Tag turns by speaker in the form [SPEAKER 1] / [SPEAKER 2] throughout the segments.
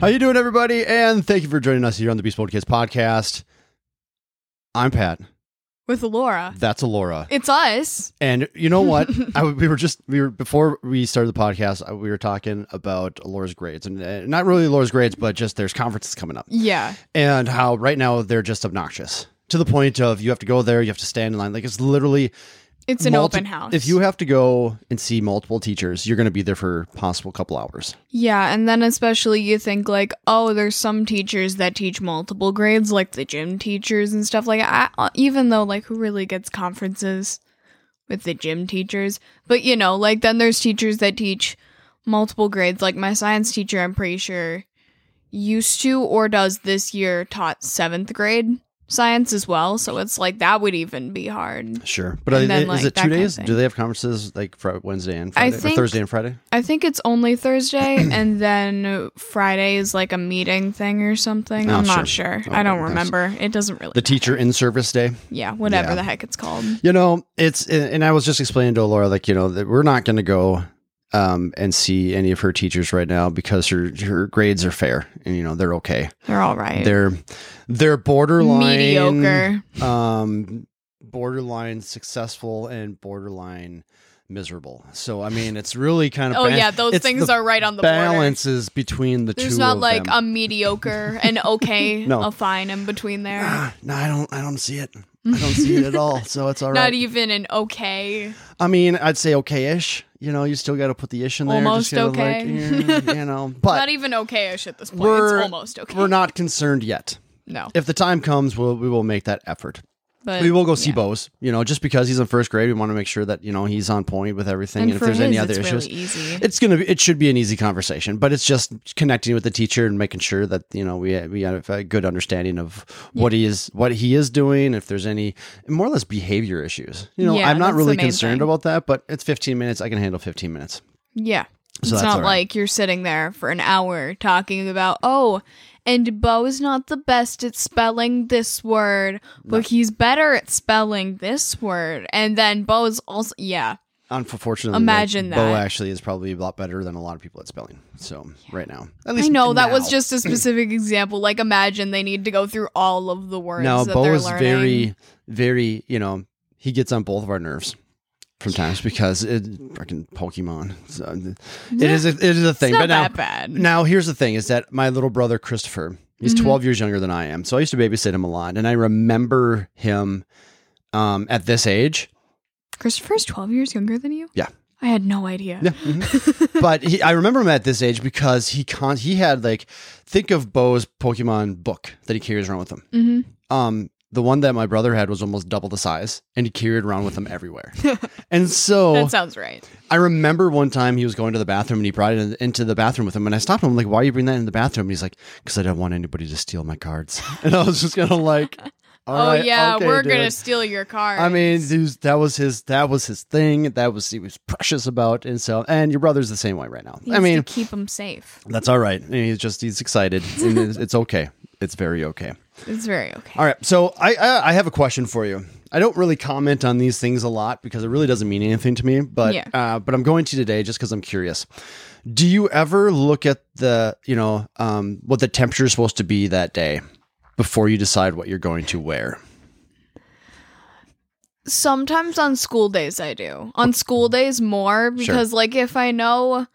[SPEAKER 1] How you doing, everybody? And thank you for joining us here on the Beast Bold Kids podcast. I'm Pat.
[SPEAKER 2] with Laura.
[SPEAKER 1] That's Alora.
[SPEAKER 2] It's us.
[SPEAKER 1] And you know what? I, we were just we were before we started the podcast. I- We were talking about Alora's grades, and uh, not really Alora's grades, but just there's conferences coming up,
[SPEAKER 2] Yeah.
[SPEAKER 1] and how right now they're just obnoxious to the point of you have to go there, you have to stand in line. Like it's literally
[SPEAKER 2] It's an
[SPEAKER 1] multi-
[SPEAKER 2] open house.
[SPEAKER 1] If you have to go and see multiple teachers, you're going to be there for possible couple hours.
[SPEAKER 2] Yeah, and then especially you think like, oh, there's some teachers that teach multiple grades, like the gym teachers and stuff like that. I- uh, Even though like who really gets conferences with the gym teachers? But you know, like then there's teachers that teach multiple grades. Like my science teacher, I'm pretty sure used to or does this year taught seventh grade science as well. So it's like that would even be hard.
[SPEAKER 1] Sure, but
[SPEAKER 2] And
[SPEAKER 1] are,
[SPEAKER 2] then,
[SPEAKER 1] is
[SPEAKER 2] like,
[SPEAKER 1] it
[SPEAKER 2] that
[SPEAKER 1] two
[SPEAKER 2] kind of
[SPEAKER 1] days?
[SPEAKER 2] thing.
[SPEAKER 1] Do they have conferences like Friday, Wednesday and
[SPEAKER 2] I
[SPEAKER 1] Friday, or
[SPEAKER 2] think-
[SPEAKER 1] Thursday and Friday?
[SPEAKER 2] I think it's only Thursday, and then Friday is like a meeting thing or something.
[SPEAKER 1] Oh,
[SPEAKER 2] I'm
[SPEAKER 1] sure.
[SPEAKER 2] not sure.
[SPEAKER 1] Oh,
[SPEAKER 2] I don't
[SPEAKER 1] nice.
[SPEAKER 2] remember. It doesn't really.
[SPEAKER 1] The teacher in service day.
[SPEAKER 2] yeah, whatever
[SPEAKER 1] Yeah.
[SPEAKER 2] the heck it's called.
[SPEAKER 1] You know, it's and I was just explaining to Laura like you know that we're not going to go um, and see any of her teachers right now because her her grades are fair and you know they're okay.
[SPEAKER 2] They're all right.
[SPEAKER 1] They're they're borderline
[SPEAKER 2] mediocre.
[SPEAKER 1] um, borderline successful and borderline miserable. So I mean, it's really kind of
[SPEAKER 2] Oh
[SPEAKER 1] ba-
[SPEAKER 2] yeah, those
[SPEAKER 1] it's
[SPEAKER 2] things
[SPEAKER 1] the
[SPEAKER 2] are right on the border.
[SPEAKER 1] balances between the two.
[SPEAKER 2] There's not
[SPEAKER 1] of
[SPEAKER 2] like
[SPEAKER 1] them.
[SPEAKER 2] a mediocre and okay,
[SPEAKER 1] No.
[SPEAKER 2] a fine in between there.
[SPEAKER 1] Ah, no, I don't. I don't see it. I don't see it at all. So it's all
[SPEAKER 2] Not
[SPEAKER 1] right.
[SPEAKER 2] even an okay.
[SPEAKER 1] I mean, I'd say okay-ish. You know, you still got to put the ish in there.
[SPEAKER 2] Almost
[SPEAKER 1] just kinda
[SPEAKER 2] okay.
[SPEAKER 1] Like, eh, you know, but
[SPEAKER 2] not even okayish at this point.
[SPEAKER 1] we're-
[SPEAKER 2] it's almost okay.
[SPEAKER 1] we're not concerned yet.
[SPEAKER 2] no,
[SPEAKER 1] If the time comes, we'll, we will make that effort.
[SPEAKER 2] but
[SPEAKER 1] We will go see
[SPEAKER 2] yeah.
[SPEAKER 1] Bose. You know, just because he's in first grade, we want to make sure that you know he's on point with everything. And,
[SPEAKER 2] And
[SPEAKER 1] if
[SPEAKER 2] for
[SPEAKER 1] there's
[SPEAKER 2] his,
[SPEAKER 1] any other
[SPEAKER 2] it's
[SPEAKER 1] issues,
[SPEAKER 2] really easy.
[SPEAKER 1] it's gonna be. It should be an easy conversation, but it's just connecting with the teacher and making sure that you know we we have a good understanding of what he is what he is doing. If there's any more or less behavior issues, you know,
[SPEAKER 2] Yeah,
[SPEAKER 1] I'm not
[SPEAKER 2] that's the
[SPEAKER 1] really
[SPEAKER 2] main
[SPEAKER 1] concerned
[SPEAKER 2] thing.
[SPEAKER 1] about that. But it's 15 minutes. I can handle 15 minutes.
[SPEAKER 2] Yeah.
[SPEAKER 1] So
[SPEAKER 2] it's
[SPEAKER 1] that's all
[SPEAKER 2] not
[SPEAKER 1] right.
[SPEAKER 2] like you're sitting there for an hour talking about, oh, and Bo is not the best at spelling this word, but he's better at spelling this word. And then Bo is also, yeah.
[SPEAKER 1] Unfortunately,
[SPEAKER 2] Imagine
[SPEAKER 1] like, Bo
[SPEAKER 2] that.
[SPEAKER 1] actually is probably a lot better than a lot of people at spelling. So right now, at least
[SPEAKER 2] I know that
[SPEAKER 1] now.
[SPEAKER 2] was just a specific example. Like, imagine they need to go through all of the words.
[SPEAKER 1] No,
[SPEAKER 2] that
[SPEAKER 1] Bo
[SPEAKER 2] they're
[SPEAKER 1] is
[SPEAKER 2] learning.
[SPEAKER 1] very, very. You know, he gets on both of our nerves sometimes because it freaking Pokemon. So, It is. A, it is a
[SPEAKER 2] It's
[SPEAKER 1] thing.
[SPEAKER 2] not
[SPEAKER 1] but now,
[SPEAKER 2] that bad. Mm-hmm.
[SPEAKER 1] now here's the thing: is that my little brother Christopher. He's 12 years younger than I am, so I used to babysit him a lot, and I remember him um, at this age.
[SPEAKER 2] Christopher's 12 years younger than you?
[SPEAKER 1] Yeah.
[SPEAKER 2] I had no idea.
[SPEAKER 1] Yeah, mhm. but he, I remember him at this age because he con- he had like think of Bo's Pokemon book that he carries around with him.
[SPEAKER 2] hmm
[SPEAKER 1] um the one that my brother had was almost double the size and he carried around with him everywhere and so
[SPEAKER 2] That sounds right.
[SPEAKER 1] i remember one time he was going to the bathroom and he brought it in- into the bathroom with him and i stopped him like why you bring that in the bathroom and he's like because i don't want anybody to steal my cards and i was just gonna like all
[SPEAKER 2] oh,
[SPEAKER 1] right,
[SPEAKER 2] yeah.
[SPEAKER 1] okay,
[SPEAKER 2] we're
[SPEAKER 1] dude.
[SPEAKER 2] going to steal your car.
[SPEAKER 1] I mean, dude, that was his. That was his thing. That was he was precious about, and so. And your brother's the same way right now. I mean,
[SPEAKER 2] keep them safe.
[SPEAKER 1] that's all right. And he's just he's excited, and it's, it's okay. It's very okay.
[SPEAKER 2] It's very okay.
[SPEAKER 1] All right, so I, I I have a question for you. I don't really comment on these things a lot because it really doesn't mean anything to me. But
[SPEAKER 2] Yeah.
[SPEAKER 1] uh, but I'm going to today just because I'm curious. Do you ever look at the you know um, what the temperature is supposed to be that day before you decide what you're going to wear?
[SPEAKER 2] Sometimes on school days I do. On school days more because like if I know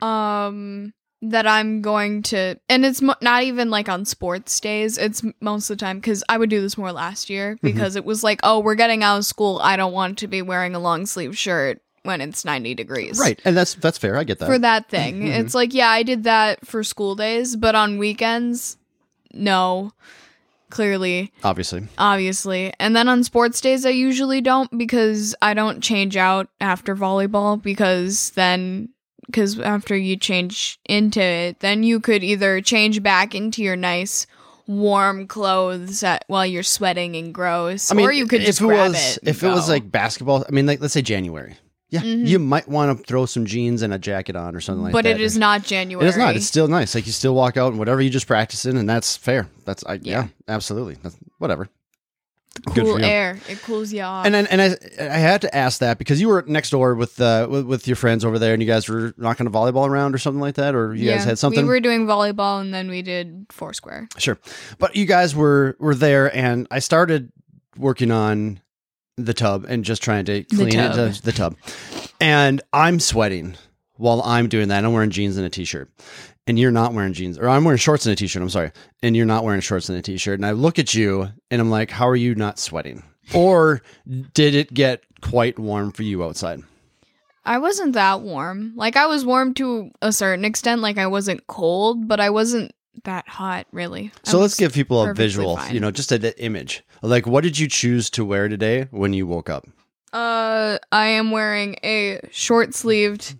[SPEAKER 2] um that I'm going to and it's mo- not even like on sports days, it's m- most of the time cuz I would do this more last year because it was like, "Oh, we're getting out of school. I don't want to be wearing a long sleeve shirt when it's 90 degrees."
[SPEAKER 1] Right, Uh, and that's that's fair. I get that.
[SPEAKER 2] For that thing. It's like, yeah, I did that for school days, but on weekends, no. Clearly.
[SPEAKER 1] Obviously,
[SPEAKER 2] obviously. And then on sports days, I usually don't because I don't change out after volleyball because then, because after you change into it, then you could either change back into your nice warm clothes at, while you're sweating and gross,
[SPEAKER 1] I mean,
[SPEAKER 2] or you could
[SPEAKER 1] if
[SPEAKER 2] just
[SPEAKER 1] it
[SPEAKER 2] grab
[SPEAKER 1] was
[SPEAKER 2] it. and
[SPEAKER 1] if it was
[SPEAKER 2] go.
[SPEAKER 1] like basketball. I mean, like let's say January. Yeah,
[SPEAKER 2] Mhm.
[SPEAKER 1] you might want to throw some jeans and a jacket on or something like
[SPEAKER 2] but
[SPEAKER 1] that.
[SPEAKER 2] it is not January.
[SPEAKER 1] Mm-hmm. It is not. It's still nice. Like you still walk out and whatever you just practice in, and that's fair. That's I yeah,
[SPEAKER 2] Yeah.
[SPEAKER 1] absolutely. That's, whatever. for
[SPEAKER 2] cool
[SPEAKER 1] you.
[SPEAKER 2] air. It cools you off.
[SPEAKER 1] And then, and I, I had to ask that because you were next door with uh with, with your friends over there, and you guys were knocking a volleyball around or something like that, or you guys had something.
[SPEAKER 2] We were doing volleyball and then we did foursquare.
[SPEAKER 1] Sure. But you guys were were there and I started working on the tub and just trying to clean
[SPEAKER 2] tub.
[SPEAKER 1] it the, the tub. And I'm sweating while I'm doing that. I'm wearing jeans and a t-shirt. And you're not wearing jeans or I'm wearing shorts and a t-shirt, I'm sorry. And you're not wearing shorts and a t-shirt. And I look at you and I'm like, "How are you not sweating?" Or did it get quite warm for you outside?
[SPEAKER 2] I wasn't that warm. Like I was warm to a certain extent. Like I wasn't cold, but I wasn't that hot really. I
[SPEAKER 1] So let's
[SPEAKER 2] was-
[SPEAKER 1] give people a
[SPEAKER 2] perfectly
[SPEAKER 1] visual,
[SPEAKER 2] fine.
[SPEAKER 1] you know, just an image. Like what did you choose to wear today when you woke up?
[SPEAKER 2] Uh, I am wearing a short sleeved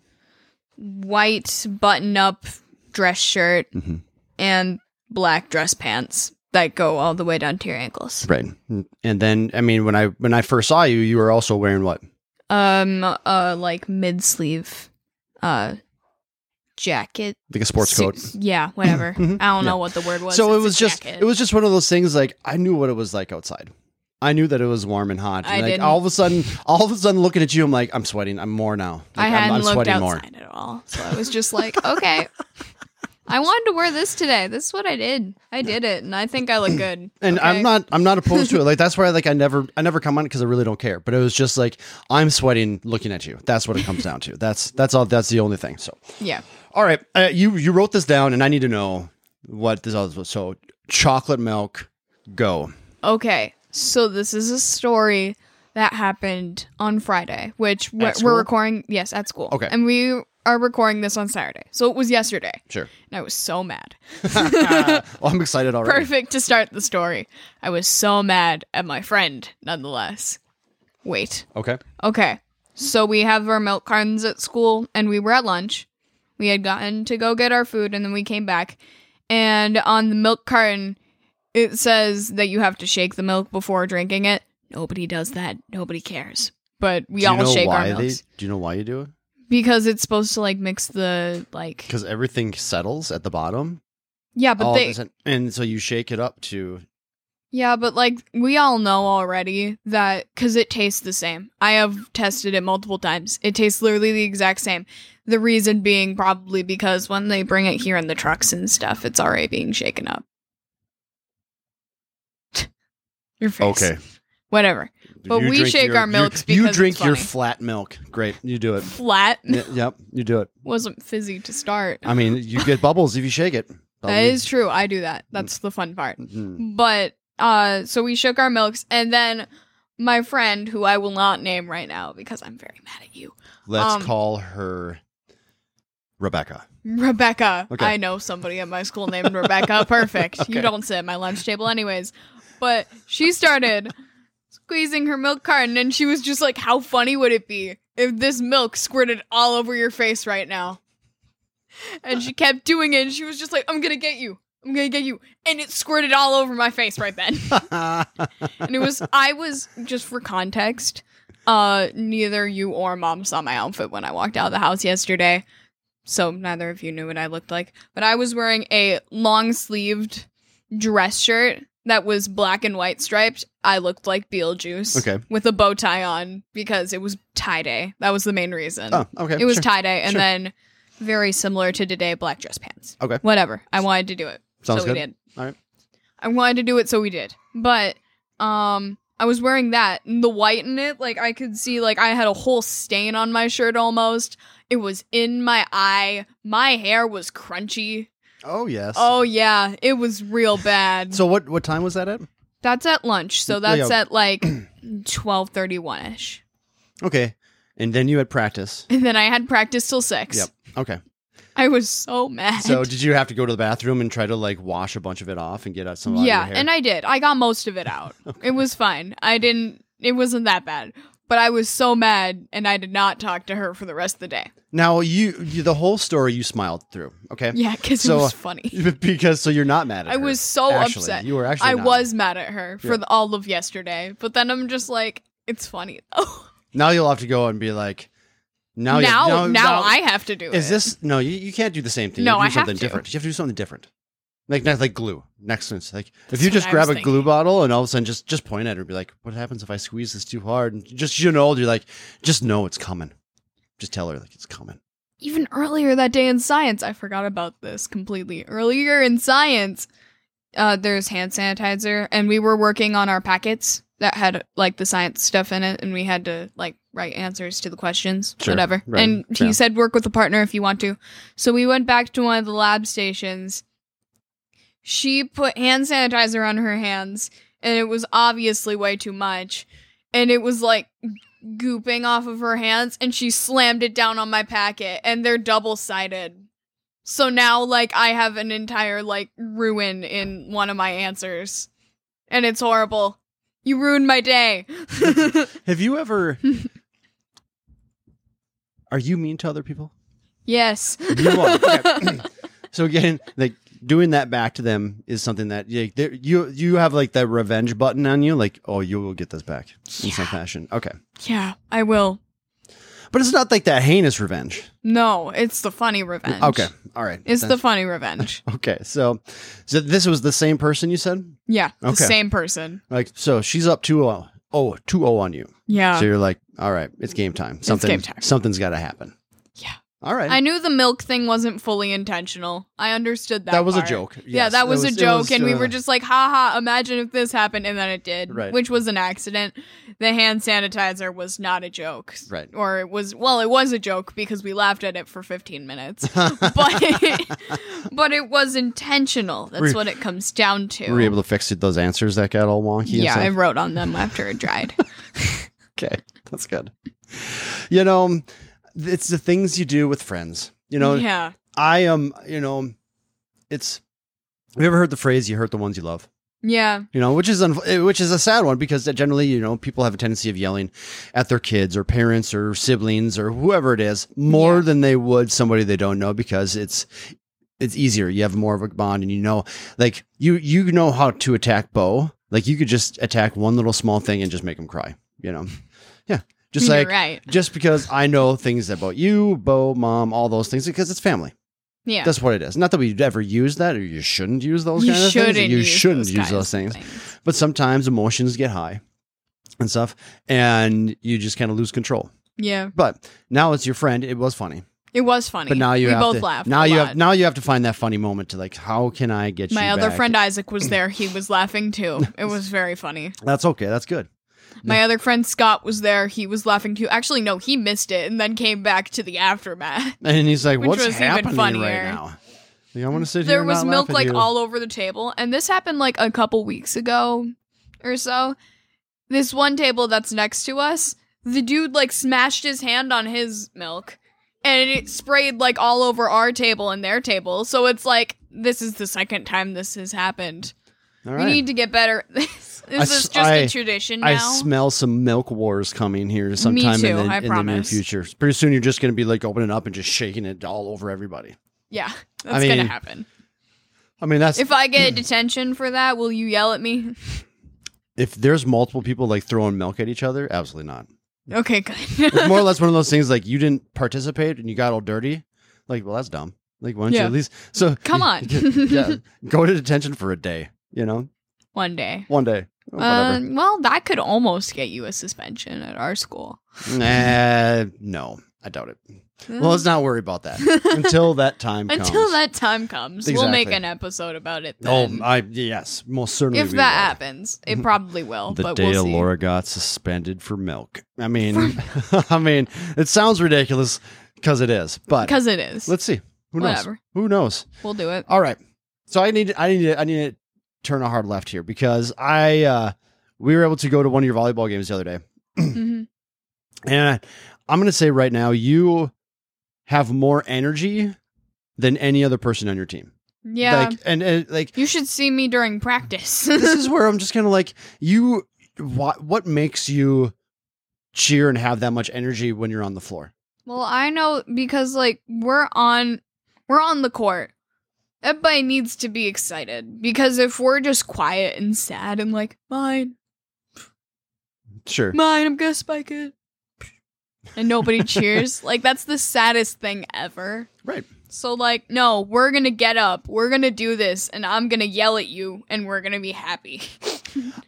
[SPEAKER 2] white button up dress shirt
[SPEAKER 1] Mhm.
[SPEAKER 2] and black dress pants that go all the way down to your ankles.
[SPEAKER 1] Right. And then I mean when I when I first saw you, you were also wearing what?
[SPEAKER 2] Um, uh, like mid sleeve, uh, jacket.
[SPEAKER 1] Like a sports
[SPEAKER 2] Su-
[SPEAKER 1] coat.
[SPEAKER 2] Yeah, whatever. I don't
[SPEAKER 1] Yeah.
[SPEAKER 2] know what the word was.
[SPEAKER 1] Mm-hmm. so it
[SPEAKER 2] It's a
[SPEAKER 1] was just
[SPEAKER 2] jacket.
[SPEAKER 1] it was just one of those things like I knew what it was like outside. I knew that it was warm and hot.
[SPEAKER 2] I
[SPEAKER 1] And, like
[SPEAKER 2] didn't.
[SPEAKER 1] all of a sudden all of a sudden looking at you, I'm like, I'm sweating, I'm more now. Like,
[SPEAKER 2] I
[SPEAKER 1] I'm-
[SPEAKER 2] hadn't
[SPEAKER 1] I'm,
[SPEAKER 2] looked
[SPEAKER 1] sweating more.
[SPEAKER 2] outside at all, so I was just like, okay. I wanted to wear this today. This is what I did. I did it, and I think I look good.
[SPEAKER 1] And
[SPEAKER 2] Okay.
[SPEAKER 1] I'm not I'm not opposed to it. Like that's why like I never I never come on because I really don't care. But it was just like I'm sweating looking at you. That's what it comes down to. That's that's all that's the only thing. So
[SPEAKER 2] Yeah.
[SPEAKER 1] All right, uh, you you wrote this down, and I need to know what this was. So, chocolate milk, go.
[SPEAKER 2] Okay, so this is a story that happened on Friday, which we're,
[SPEAKER 1] At
[SPEAKER 2] we're
[SPEAKER 1] school?
[SPEAKER 2] recording. Yes, at school.
[SPEAKER 1] Okay.
[SPEAKER 2] and we are recording this on Saturday, so it was yesterday,
[SPEAKER 1] Sure.
[SPEAKER 2] and I was so mad.
[SPEAKER 1] well, Oh, I'm excited already.
[SPEAKER 2] Perfect to start the story. I was so mad at my friend, nonetheless. Wait.
[SPEAKER 1] Okay.
[SPEAKER 2] Okay. So we have our milk cartons at school, and we were at lunch. We had gotten to go get our food, and then we came back. And on the milk carton, it says that you have to shake the milk before drinking it. Nobody does that. Nobody cares. But we
[SPEAKER 1] do you
[SPEAKER 2] all
[SPEAKER 1] know
[SPEAKER 2] shake our
[SPEAKER 1] why they?
[SPEAKER 2] milks
[SPEAKER 1] Do you know why you do it?
[SPEAKER 2] because it's supposed to like mix the like.
[SPEAKER 1] Because everything settles at the bottom.
[SPEAKER 2] Yeah, but
[SPEAKER 1] all
[SPEAKER 2] they.
[SPEAKER 1] of a sudden- and so you shake it up to.
[SPEAKER 2] Yeah, but like we all know already that because it tastes the same. I have tested it multiple times. It tastes literally the exact same. The reason being probably because when they bring it here in the trucks and stuff, it's already being shaken up. Your face. Whatever. But we
[SPEAKER 1] drink
[SPEAKER 2] shake
[SPEAKER 1] your-
[SPEAKER 2] our
[SPEAKER 1] you-
[SPEAKER 2] milks
[SPEAKER 1] You,
[SPEAKER 2] because
[SPEAKER 1] drink
[SPEAKER 2] it's
[SPEAKER 1] your
[SPEAKER 2] funny.
[SPEAKER 1] flat milk. Great, you do it.
[SPEAKER 2] Flat
[SPEAKER 1] Y- yep, you do it.
[SPEAKER 2] wasn't fizzy to start.
[SPEAKER 1] I mean, you get bubbles if you shake it.
[SPEAKER 2] That is true. I do that. That's the fun part.
[SPEAKER 1] Mhm.
[SPEAKER 2] But uh so we shook our milks and then my friend who I will not name right now because I'm very mad at you.
[SPEAKER 1] Let's
[SPEAKER 2] Um,
[SPEAKER 1] call her Rebecca.
[SPEAKER 2] Rebecca.
[SPEAKER 1] Okay.
[SPEAKER 2] I know somebody at my school named Rebecca. Perfect. You
[SPEAKER 1] Okay.
[SPEAKER 2] don't sit at my lunch table, anyways. But she started squeezing her milk carton, and she was just like, How funny would it be if this milk squirted all over your face right now? And she kept doing it, and she was just like, I'm gonna get you. I'm gonna get you. And it squirted all over my face right then. And it was, I was, just for context, uh, neither you or mom saw my outfit when I walked out of the house yesterday. So neither of you knew what I looked like. But I was wearing a long sleeved dress shirt that was black and white striped. I looked like Beetlejuice.
[SPEAKER 1] Okay.
[SPEAKER 2] With a bow tie on because it was tie day. That was the main reason.
[SPEAKER 1] oh, okay.
[SPEAKER 2] it was
[SPEAKER 1] sure.
[SPEAKER 2] tie day. And
[SPEAKER 1] Sure.
[SPEAKER 2] then very similar to today, black dress pants.
[SPEAKER 1] Okay.
[SPEAKER 2] Whatever. I wanted to do it
[SPEAKER 1] Sounds
[SPEAKER 2] so
[SPEAKER 1] good.
[SPEAKER 2] we did.
[SPEAKER 1] All right.
[SPEAKER 2] I wanted to do it, so we did. But um I was wearing that and the white in it, like I could see like I had a whole stain on my shirt almost. It was in my eye. My hair was crunchy.
[SPEAKER 1] Oh yes.
[SPEAKER 2] Oh yeah, it was real bad.
[SPEAKER 1] So what what time was that at?
[SPEAKER 2] that's at lunch, so
[SPEAKER 1] Yeah.
[SPEAKER 2] that's at like 12:31ish.
[SPEAKER 1] Okay. And then you had practice.
[SPEAKER 2] And then I had practice till 6.
[SPEAKER 1] Yep. Okay.
[SPEAKER 2] I was so mad.
[SPEAKER 1] So did you have to go to the bathroom and try to like wash a bunch of it off and get out some?
[SPEAKER 2] yeah
[SPEAKER 1] out of your hair?
[SPEAKER 2] and i did i got most of it out it was fine i didn't it wasn't that bad but i was so mad and i did not talk to her for the rest of the day
[SPEAKER 1] now you, you the whole story you smiled through. Okay.
[SPEAKER 2] yeah because
[SPEAKER 1] So,
[SPEAKER 2] it
[SPEAKER 1] uh,
[SPEAKER 2] was funny
[SPEAKER 1] Because so you're not mad at
[SPEAKER 2] i
[SPEAKER 1] her.
[SPEAKER 2] was so
[SPEAKER 1] Actually,
[SPEAKER 2] upset
[SPEAKER 1] You were actually.
[SPEAKER 2] i
[SPEAKER 1] not.
[SPEAKER 2] was mad at her for
[SPEAKER 1] Yeah.
[SPEAKER 2] the, all of yesterday but then i'm just like it's funny though
[SPEAKER 1] Now you'll have to go and be like. Now
[SPEAKER 2] now
[SPEAKER 1] you-
[SPEAKER 2] now,
[SPEAKER 1] now,
[SPEAKER 2] i have to do it
[SPEAKER 1] is this no? You, you can't do the same thing.
[SPEAKER 2] No,
[SPEAKER 1] you
[SPEAKER 2] I
[SPEAKER 1] have to do
[SPEAKER 2] have
[SPEAKER 1] something
[SPEAKER 2] to.
[SPEAKER 1] different. You have to do something different. Like not like glue. Next sense. Like if
[SPEAKER 2] That's
[SPEAKER 1] you
[SPEAKER 2] what
[SPEAKER 1] just
[SPEAKER 2] I
[SPEAKER 1] grab a
[SPEAKER 2] was
[SPEAKER 1] glue
[SPEAKER 2] thinking.
[SPEAKER 1] bottle and all of a sudden just just point at her and be like, What happens if I squeeze this too hard? And just you know, you're like, just know it's coming. Just tell her like it's coming.
[SPEAKER 2] Even earlier that day in science, I forgot about this completely. Earlier in science, uh, there's hand sanitizer, and we were working on our packets that had like the science stuff in it, and we had to like write answers to the questions,
[SPEAKER 1] Sure,
[SPEAKER 2] whatever.
[SPEAKER 1] right,
[SPEAKER 2] And he
[SPEAKER 1] yeah.
[SPEAKER 2] said, work with a partner if you want to. So we went back to one of the lab stations. She put hand sanitizer on her hands, and it was obviously way too much. And it was like gooping off of her hands and she slammed it down on my packet and they're double sided. So now like I have an entire like ruin in one of my answers. And it's horrible. You ruined my day.
[SPEAKER 1] Have you ever Are you mean to other people?
[SPEAKER 2] yes.
[SPEAKER 1] You are. Okay. so again, like doing that back to them is something that like, there- you you have like that revenge button on you, like oh you will get this back in some fashion. Okay,
[SPEAKER 2] Yeah, I will.
[SPEAKER 1] but it's not like that heinous revenge.
[SPEAKER 2] No, it's the funny revenge.
[SPEAKER 1] Okay, all right.
[SPEAKER 2] It's
[SPEAKER 1] Then-
[SPEAKER 2] the funny revenge.
[SPEAKER 1] okay. So, so this was the same person you said.
[SPEAKER 2] Yeah, the
[SPEAKER 1] Okay.
[SPEAKER 2] same person.
[SPEAKER 1] Like so, she's up 2-0, oh, 2-0 on you.
[SPEAKER 2] Yeah.
[SPEAKER 1] so you're like, all right, it's game time. Something,
[SPEAKER 2] Uh, game time.
[SPEAKER 1] something's got to happen.
[SPEAKER 2] Yeah.
[SPEAKER 1] All right.
[SPEAKER 2] I knew the milk thing wasn't fully intentional. I understood that.
[SPEAKER 1] that was a
[SPEAKER 2] part.
[SPEAKER 1] joke.
[SPEAKER 2] yeah,
[SPEAKER 1] Yes,
[SPEAKER 2] that was, a
[SPEAKER 1] it
[SPEAKER 2] joke,
[SPEAKER 1] was,
[SPEAKER 2] and we
[SPEAKER 1] uh,
[SPEAKER 2] were just like, haha, imagine if this happened, and then it did,
[SPEAKER 1] Right.
[SPEAKER 2] which was an accident. The hand sanitizer was not a joke.
[SPEAKER 1] Right.
[SPEAKER 2] Or it was, well, it was a joke because we laughed at it for 15 minutes, but, but it was intentional. That's
[SPEAKER 1] Were-
[SPEAKER 2] what it comes down to.
[SPEAKER 1] Were you able to fix those answers that got all wonky? and
[SPEAKER 2] yeah,
[SPEAKER 1] stuff?
[SPEAKER 2] I wrote on them after it dried.
[SPEAKER 1] Okay, that's good. You know, it's the things you do with friends. You know,
[SPEAKER 2] yeah.
[SPEAKER 1] I am, you know, it's, have you ever heard the phrase, you hurt the ones you love?
[SPEAKER 2] Yeah.
[SPEAKER 1] You know, which is un- eh, which is a sad one because generally, you know, people have a tendency of yelling at their kids or parents or siblings or whoever it is more
[SPEAKER 2] Yeah.
[SPEAKER 1] than they would somebody they don't know because it's it's easier. You have more of a bond, and you know, like you you know how to attack Bo. Like you could just attack one little small thing and just make him cry. You know, yeah, just
[SPEAKER 2] You're
[SPEAKER 1] like
[SPEAKER 2] right.
[SPEAKER 1] just because I know things about you, Bo, mom, all those things, because it's family.
[SPEAKER 2] Yeah.
[SPEAKER 1] That's what it is. Not that we'd ever use that or you shouldn't use those
[SPEAKER 2] you
[SPEAKER 1] kind of
[SPEAKER 2] shouldn't
[SPEAKER 1] things. or You
[SPEAKER 2] use
[SPEAKER 1] shouldn't
[SPEAKER 2] those
[SPEAKER 1] use
[SPEAKER 2] kinds
[SPEAKER 1] those
[SPEAKER 2] of
[SPEAKER 1] things. But sometimes emotions get high and stuff, and you just kind of lose control.
[SPEAKER 2] Yeah.
[SPEAKER 1] But now it's your friend. It was funny,
[SPEAKER 2] It was funny.
[SPEAKER 1] but now you
[SPEAKER 2] we
[SPEAKER 1] have
[SPEAKER 2] both
[SPEAKER 1] to,
[SPEAKER 2] laughed.
[SPEAKER 1] Now
[SPEAKER 2] a
[SPEAKER 1] you
[SPEAKER 2] lot.
[SPEAKER 1] have now you have to find that funny moment to like, how can I get
[SPEAKER 2] My
[SPEAKER 1] you
[SPEAKER 2] other
[SPEAKER 1] back?
[SPEAKER 2] friend Isaac was there. He was laughing too. It was very funny.
[SPEAKER 1] That's okay. That's good.
[SPEAKER 2] My other friend Scott was there. He was laughing too. Actually, no, he missed it and then came back to the aftermath.
[SPEAKER 1] And he's like,
[SPEAKER 2] Which
[SPEAKER 1] what's
[SPEAKER 2] was even
[SPEAKER 1] happening right
[SPEAKER 2] funnier.
[SPEAKER 1] now? Like, I want to sit here.
[SPEAKER 2] There
[SPEAKER 1] and
[SPEAKER 2] was
[SPEAKER 1] not
[SPEAKER 2] milk
[SPEAKER 1] laugh at
[SPEAKER 2] like
[SPEAKER 1] you.
[SPEAKER 2] all over the table. And this happened like a couple weeks ago or so. This one table that's next to us, the dude like smashed his hand on his milk and it sprayed like all over our table and their table. So it's like, this is the second time this has happened.
[SPEAKER 1] All
[SPEAKER 2] We
[SPEAKER 1] right.
[SPEAKER 2] need to get better. This,
[SPEAKER 1] I
[SPEAKER 2] this
[SPEAKER 1] s-
[SPEAKER 2] is just a
[SPEAKER 1] I-
[SPEAKER 2] tradition now.
[SPEAKER 1] I smell some milk wars coming here sometime
[SPEAKER 2] too,
[SPEAKER 1] in, the,
[SPEAKER 2] I
[SPEAKER 1] in the near
[SPEAKER 2] promise.
[SPEAKER 1] future. Pretty soon, you're just going to be like opening up and just shaking it all over everybody.
[SPEAKER 2] yeah, that's
[SPEAKER 1] I mean,
[SPEAKER 2] gonna happen.
[SPEAKER 1] I mean, that's
[SPEAKER 2] If I get a detention for that, will you yell at me?
[SPEAKER 1] if there's multiple people like throwing milk at each other, absolutely not.
[SPEAKER 2] Okay,
[SPEAKER 1] It's
[SPEAKER 2] good.
[SPEAKER 1] more or less one of those things like you didn't participate and you got all dirty. Like, well, that's dumb. Like, why don't you
[SPEAKER 2] Yeah.
[SPEAKER 1] at least so
[SPEAKER 2] Come on.
[SPEAKER 1] yeah, go to detention for a day. You know,
[SPEAKER 2] One day.
[SPEAKER 1] one day. Oh,
[SPEAKER 2] Uh,
[SPEAKER 1] Whatever.
[SPEAKER 2] well, that could almost get you a suspension at our school.
[SPEAKER 1] nah, no, I doubt it. Well, let's not worry about that until that time. comes.
[SPEAKER 2] until that time comes, we'll make
[SPEAKER 1] Exactly.
[SPEAKER 2] an episode about it.
[SPEAKER 1] Oh,
[SPEAKER 2] Then.
[SPEAKER 1] I yes, most certainly.
[SPEAKER 2] if
[SPEAKER 1] we
[SPEAKER 2] that
[SPEAKER 1] will.
[SPEAKER 2] happens, it probably will.
[SPEAKER 1] The
[SPEAKER 2] but
[SPEAKER 1] day
[SPEAKER 2] we'll see.
[SPEAKER 1] Laura got suspended for milk. I mean, I mean, it sounds ridiculous because it is, but
[SPEAKER 2] because it is.
[SPEAKER 1] let's see. Who knows?
[SPEAKER 2] Whatever.
[SPEAKER 1] Who knows?
[SPEAKER 2] We'll do it.
[SPEAKER 1] All right. So I need I need to, I need to turn a hard left here because I uh we were able to go to one of your volleyball games the other day.
[SPEAKER 2] Mhm.
[SPEAKER 1] And I'm going to say right now you have more energy than any other person on your team.
[SPEAKER 2] Yeah,
[SPEAKER 1] Like and, and like
[SPEAKER 2] you should see me during practice.
[SPEAKER 1] this is where I'm just kind of like you what what makes you cheer and have that much energy when you're on the floor?
[SPEAKER 2] Well, I know because like we're on we're on the court. Everybody needs to be excited because if we're just quiet and sad and like mine,
[SPEAKER 1] Sure.
[SPEAKER 2] mine, I'm gonna spike it, and nobody cheers, like that's the saddest thing ever.
[SPEAKER 1] Right.
[SPEAKER 2] So like, no, we're gonna get up, we're gonna do this, and I'm gonna yell at you, and we're gonna be happy.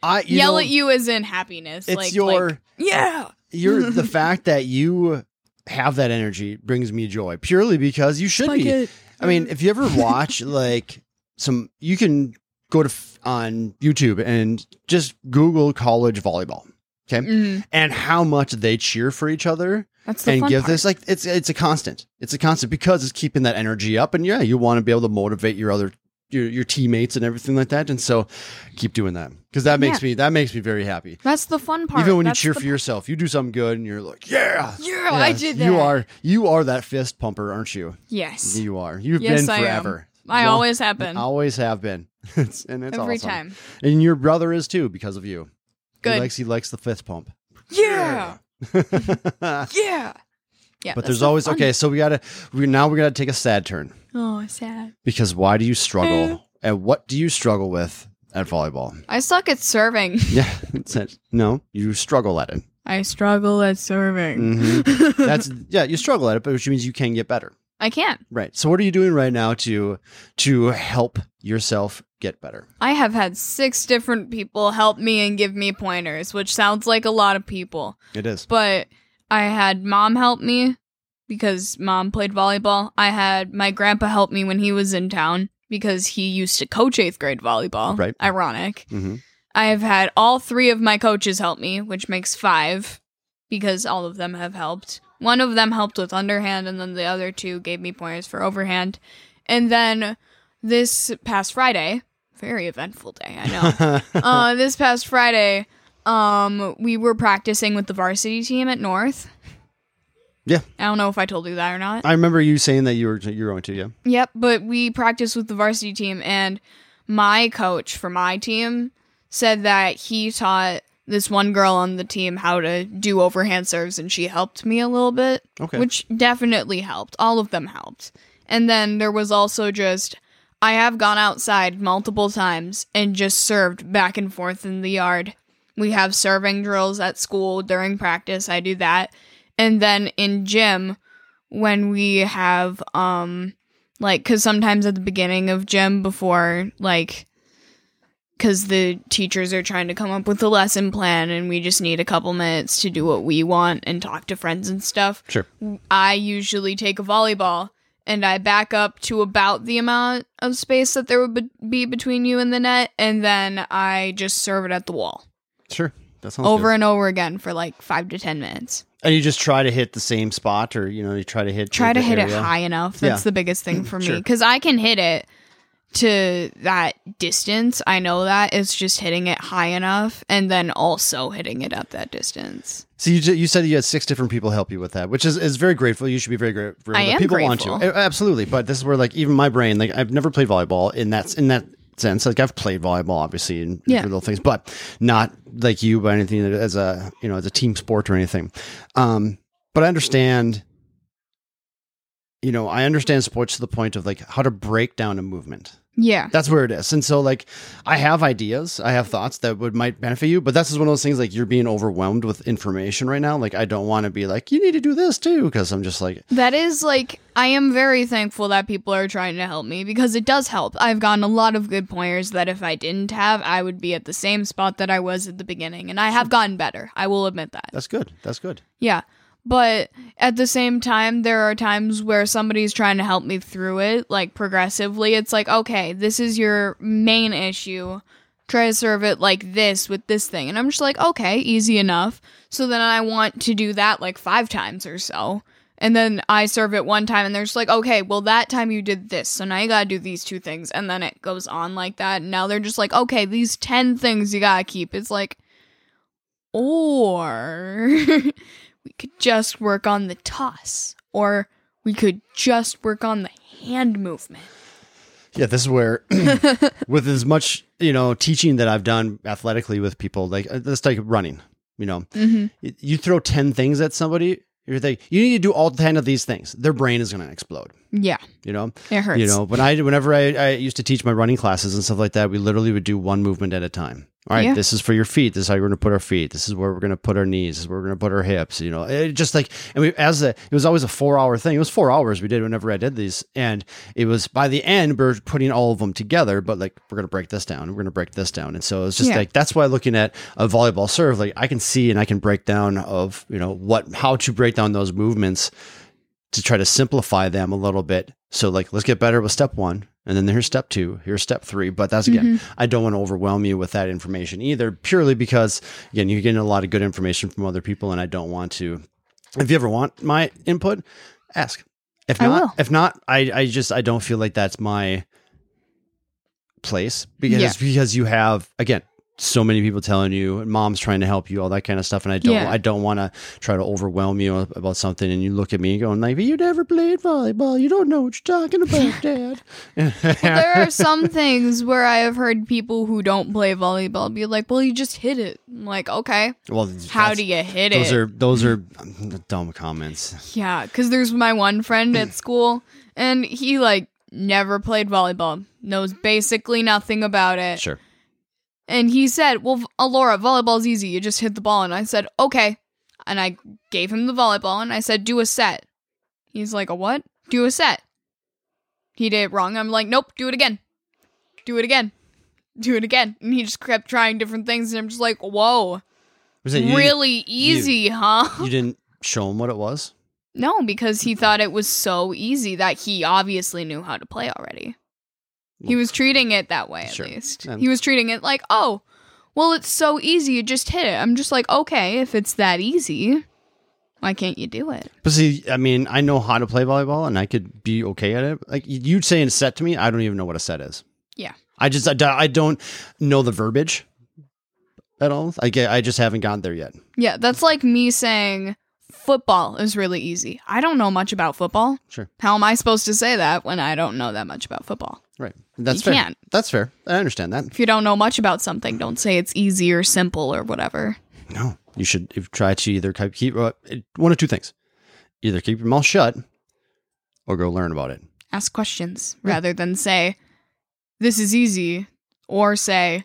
[SPEAKER 1] I you
[SPEAKER 2] yell
[SPEAKER 1] know,
[SPEAKER 2] at you as in happiness.
[SPEAKER 1] It's
[SPEAKER 2] like
[SPEAKER 1] your
[SPEAKER 2] like, yeah.
[SPEAKER 1] you're the fact that you have that energy brings me joy purely because you should be. I mean, if you ever watch like some, you can go to f- on YouTube and just Google college volleyball
[SPEAKER 2] Mhm.
[SPEAKER 1] and how much they cheer for each other
[SPEAKER 2] that's the
[SPEAKER 1] and
[SPEAKER 2] fun
[SPEAKER 1] give
[SPEAKER 2] part.
[SPEAKER 1] this like it's it's a constant. It's a constant because it's keeping that energy up, and yeah, you want to be able to motivate your other your, your teammates and everything like that. And so, keep doing that because that makes me that makes me very happy.
[SPEAKER 2] That's the fun part.
[SPEAKER 1] Even when
[SPEAKER 2] That's
[SPEAKER 1] you cheer
[SPEAKER 2] the
[SPEAKER 1] for yourself, you do something good, and you're like, yeah.
[SPEAKER 2] p- Yeah, I
[SPEAKER 1] Yeah,
[SPEAKER 2] did that.
[SPEAKER 1] You are you are that fist pumper, aren't you?
[SPEAKER 2] Yes,
[SPEAKER 1] You are. You've
[SPEAKER 2] Yes,
[SPEAKER 1] been
[SPEAKER 2] I am.
[SPEAKER 1] forever.
[SPEAKER 2] I
[SPEAKER 1] Well,
[SPEAKER 2] always have been.
[SPEAKER 1] Always have been. It's- and it's
[SPEAKER 2] Every
[SPEAKER 1] awesome.
[SPEAKER 2] time.
[SPEAKER 1] And your brother is too because of you. He
[SPEAKER 2] Good.
[SPEAKER 1] likes he likes the fist pump.
[SPEAKER 2] yeah.
[SPEAKER 1] but
[SPEAKER 2] Yeah. Yeah. that's
[SPEAKER 1] there's
[SPEAKER 2] the
[SPEAKER 1] always
[SPEAKER 2] fun-
[SPEAKER 1] okay. So we gotta we now we gotta take a sad turn
[SPEAKER 2] Oh, sad.
[SPEAKER 1] because why do you
[SPEAKER 2] Eh.
[SPEAKER 1] struggle and what do you struggle with at volleyball?
[SPEAKER 2] I suck at serving.
[SPEAKER 1] Yeah, it's it. no, you struggle at it.
[SPEAKER 2] I struggle at serving.
[SPEAKER 1] Mm-hmm. That's yeah, you struggle at it, but which means you can get better.
[SPEAKER 2] I can't.
[SPEAKER 1] Right. So what are you doing right now to to help yourself get better?
[SPEAKER 2] I have had six different people help me and give me pointers, which sounds like a lot of people.
[SPEAKER 1] It is.
[SPEAKER 2] But I had mom help me because mom played volleyball. I had my grandpa help me when he was in town because he used to coach eighth grade volleyball.
[SPEAKER 1] Right.
[SPEAKER 2] Ironic.
[SPEAKER 1] Mm-hmm.
[SPEAKER 2] I've had all three of my coaches help me, which makes five because all of them have helped. One of them helped with underhand, and then the other two gave me pointers for overhand. And then this past Friday, very eventful day, I know. uh, this past Friday, um, we were practicing with the varsity team at North.
[SPEAKER 1] Yeah.
[SPEAKER 2] I don't know if I told you that or not.
[SPEAKER 1] I remember you saying that you were you were going to yeah.
[SPEAKER 2] Yep, but we practiced with the varsity team, and my coach for my team said that he taught this one girl on the team how to do overhand serves, and she helped me a little bit,
[SPEAKER 1] Okay.
[SPEAKER 2] which definitely helped. All of them helped. And then there was also just I have gone outside multiple times and just served back and forth in the yard. We have serving drills at school during practice. I do that. And then in gym, when we have um like cuz sometimes at the beginning of gym before like cuz the teachers are trying to come up with a lesson plan and we just need a couple minutes to do what we want and talk to friends and stuff.
[SPEAKER 1] Sure.
[SPEAKER 2] I usually take a volleyball and I back up to about the amount of space that there would be- be between you and the net and then I just serve it at the wall
[SPEAKER 1] Sure. That sounds
[SPEAKER 2] over
[SPEAKER 1] good.
[SPEAKER 2] and over again for like 5 to 10 minutes.
[SPEAKER 1] And you just try to hit the same spot, or you know, you try to hit
[SPEAKER 2] try
[SPEAKER 1] the
[SPEAKER 2] to hit it
[SPEAKER 1] area.
[SPEAKER 2] high enough. That's
[SPEAKER 1] Yeah. Mm,
[SPEAKER 2] the biggest thing for me
[SPEAKER 1] Sure.
[SPEAKER 2] because I can hit it to that distance. I know that it's just hitting it high enough and then also hitting it at that distance.
[SPEAKER 1] So you ju- you said you had six different people help you with that, which is, is very grateful. You should be very grateful.
[SPEAKER 2] I
[SPEAKER 1] that
[SPEAKER 2] am
[SPEAKER 1] people want you
[SPEAKER 2] grateful.
[SPEAKER 1] A- absolutely, but this is where like even my brain, like I've never played volleyball in that in that sense. Like I've played volleyball, obviously, and
[SPEAKER 2] Yeah.
[SPEAKER 1] little things, but not like you by anything as a you know as a team sport or anything. Um, but I understand. You know, I understand sports to the point of like how to break down a movement.
[SPEAKER 2] Yeah.
[SPEAKER 1] That's where it is. And so like I have ideas, I have thoughts that would might benefit you, but that's just one of those things like you're being overwhelmed with information right now. Like I don't want to be like you need to do this too because I'm just like
[SPEAKER 2] That is like I am very thankful that people are trying to help me because it does help. I've gotten a lot of good pointers that if I didn't have, I would be at the same spot that I was at the beginning and I have gotten better. I will admit that.
[SPEAKER 1] that's good. That's good.
[SPEAKER 2] Yeah. But at the same time, there are times where somebody's trying to help me through it, like progressively. It's like, okay, this is your main issue. Try to serve it like this with this thing. And I'm just like, okay, easy enough. So then I want to do that like five times or so. And then I serve it one time, and they're just like, okay, well, that time you did this. So now you got to do these two things. And then it goes on like that. And now they're just like, okay, these 10 things you got to keep. It's like, or we could just work on the toss, or we could just work on the hand movement.
[SPEAKER 1] Yeah, this is where with as much, you know, teaching that I've done athletically with people, like uh, let's take running, you know.
[SPEAKER 2] Mm-hmm.
[SPEAKER 1] Y- You throw 10 things at somebody, you're like you need to do all 10 of these things. Their brain is going to explode,
[SPEAKER 2] Yeah,
[SPEAKER 1] you know.
[SPEAKER 2] it hurts.
[SPEAKER 1] You know, when I whenever I, I used to teach my running classes and stuff like that, we literally would do one movement at a time. All right,
[SPEAKER 2] Yeah.
[SPEAKER 1] this is for your feet. This is how you're going to put our feet. This is where we're going to put our knees. This is where we're going to put our hips. You know, it just like and we as a it was always a four hour thing. It was four hours we did whenever I did these, and it was by the end we we're putting all of them together. But like we're going to break this down. We're going to break this down, and so it's just
[SPEAKER 2] Yeah.
[SPEAKER 1] like that's why looking at a volleyball serve, like I can see and I can break down of you know what how to break down those movements to try to simplify them a little bit. So like let's get better with step one. And then here's step two, here's step three. But that's again,
[SPEAKER 2] Mm-hmm.
[SPEAKER 1] I don't want to overwhelm you with that information either, purely because again, you're getting a lot of good information from other people and I don't want to if you ever want my input, ask. If
[SPEAKER 2] I
[SPEAKER 1] not
[SPEAKER 2] will.
[SPEAKER 1] if not, I, I just I don't feel like that's my place because
[SPEAKER 2] Yeah.
[SPEAKER 1] because you have again so many people telling you and mom's trying to help you all that kind of stuff and i don't
[SPEAKER 2] Yeah.
[SPEAKER 1] i don't want to try to overwhelm you about something and you look at me going like you never played volleyball you don't know what you're talking about dad
[SPEAKER 2] Well, there are some things where I have heard people who don't play volleyball be like, "Well, you just hit it." I'm like, okay,
[SPEAKER 1] well
[SPEAKER 2] how
[SPEAKER 1] that's-
[SPEAKER 2] do you hit
[SPEAKER 1] those
[SPEAKER 2] it?
[SPEAKER 1] are those are um, dumb comments
[SPEAKER 2] Yeah, because there's my one friend at school, and he like never played volleyball, knows basically nothing about it.
[SPEAKER 1] sure
[SPEAKER 2] And he said, Well, Alora, volleyball's easy. You just hit the ball. And I said, Okay. And I gave him the volleyball and I said, Do a set. He's like, A what? Do a set. He did it wrong. I'm like, Nope, do it again. Do it again. Do it again. And he just kept trying different things. And I'm just like, Whoa,
[SPEAKER 1] Was it you-
[SPEAKER 2] really easy, huh?
[SPEAKER 1] you didn't show him what it was
[SPEAKER 2] No, because he thought it was so easy that he obviously knew how to play already. He was treating it that way, at
[SPEAKER 1] Sure.
[SPEAKER 2] least.
[SPEAKER 1] And-
[SPEAKER 2] he was treating it like, oh, well, it's so easy, you just hit it. I'm just like, okay, if it's that easy, why can't you do it?
[SPEAKER 1] But see, I mean, I know how to play volleyball and I could be okay at it. Like you'd say a set to me, I don't even know what a set is.
[SPEAKER 2] Yeah.
[SPEAKER 1] I just, I, don't- I don't know the verbiage at all. I get, I just haven't gotten there yet.
[SPEAKER 2] Yeah, that's like me saying football is really easy. I don't know much about football.
[SPEAKER 1] Sure.
[SPEAKER 2] How am I supposed to say that when I don't know that much about football?
[SPEAKER 1] Right. That's
[SPEAKER 2] You
[SPEAKER 1] fair.
[SPEAKER 2] can't.
[SPEAKER 1] That's fair. I understand that.
[SPEAKER 2] If you don't know much about something, don't say it's easy or simple or whatever.
[SPEAKER 1] No, you should if- try to either keep, keep uh, one of two things, either keep your mouth shut or go learn about it.
[SPEAKER 2] ask questions rather than say this is easy or say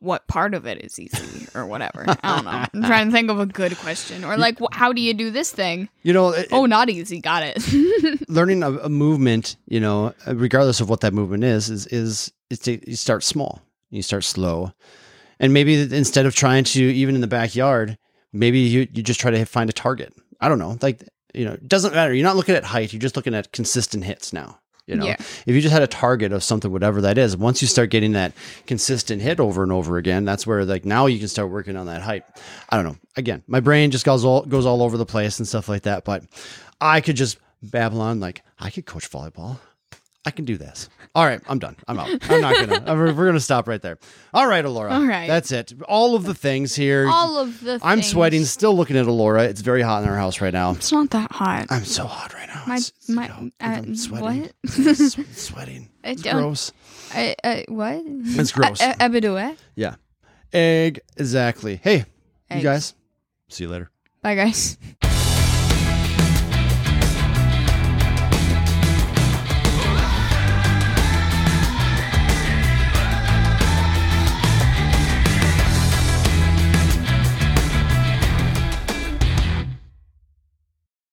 [SPEAKER 2] what part of it is easy or whatever i don't know i'm trying to think of a good question or like wh- how do you do this thing
[SPEAKER 1] You know, it-
[SPEAKER 2] oh not easy got it
[SPEAKER 1] learning a, a movement, you know, regardless of what that movement is, is is is to, you start small, you start slow, and maybe instead of trying to even in the backyard, maybe you you just try to find a target. I don't know, like you know, it doesn't matter. You're not looking at height; you're just looking at consistent hits now. You know,
[SPEAKER 2] Yeah.
[SPEAKER 1] if you just had a target of something, whatever that is, once you start getting that consistent hit over and over again, that's where like now you can start working on that height. I don't know. Again, my brain just goes all goes all over the place and stuff like that. But I could just babble on like I could coach volleyball. I can do this. All right, I'm done. I'm out. I'm not gonna. I'm- we're gonna stop right there. All right, Alora.
[SPEAKER 2] All right.
[SPEAKER 1] that's it. All of the things here.
[SPEAKER 2] all of the
[SPEAKER 1] I'm
[SPEAKER 2] things.
[SPEAKER 1] sweating. Still looking at Alora. It's very hot in our house right now.
[SPEAKER 2] it's not that hot
[SPEAKER 1] I'm so hot right now.
[SPEAKER 2] my
[SPEAKER 1] It's- it's, you
[SPEAKER 2] my
[SPEAKER 1] know,
[SPEAKER 2] uh,
[SPEAKER 1] I'm sweating.
[SPEAKER 2] what
[SPEAKER 1] It's sweating.
[SPEAKER 2] I
[SPEAKER 1] It's
[SPEAKER 2] don't-
[SPEAKER 1] gross.
[SPEAKER 2] I, I, what
[SPEAKER 1] It's gross.
[SPEAKER 2] I, I, Abidou, eh?
[SPEAKER 1] Yeah. Egg. Exactly. Hey, you
[SPEAKER 2] Eggs.
[SPEAKER 1] guys. See you later.
[SPEAKER 2] bye guys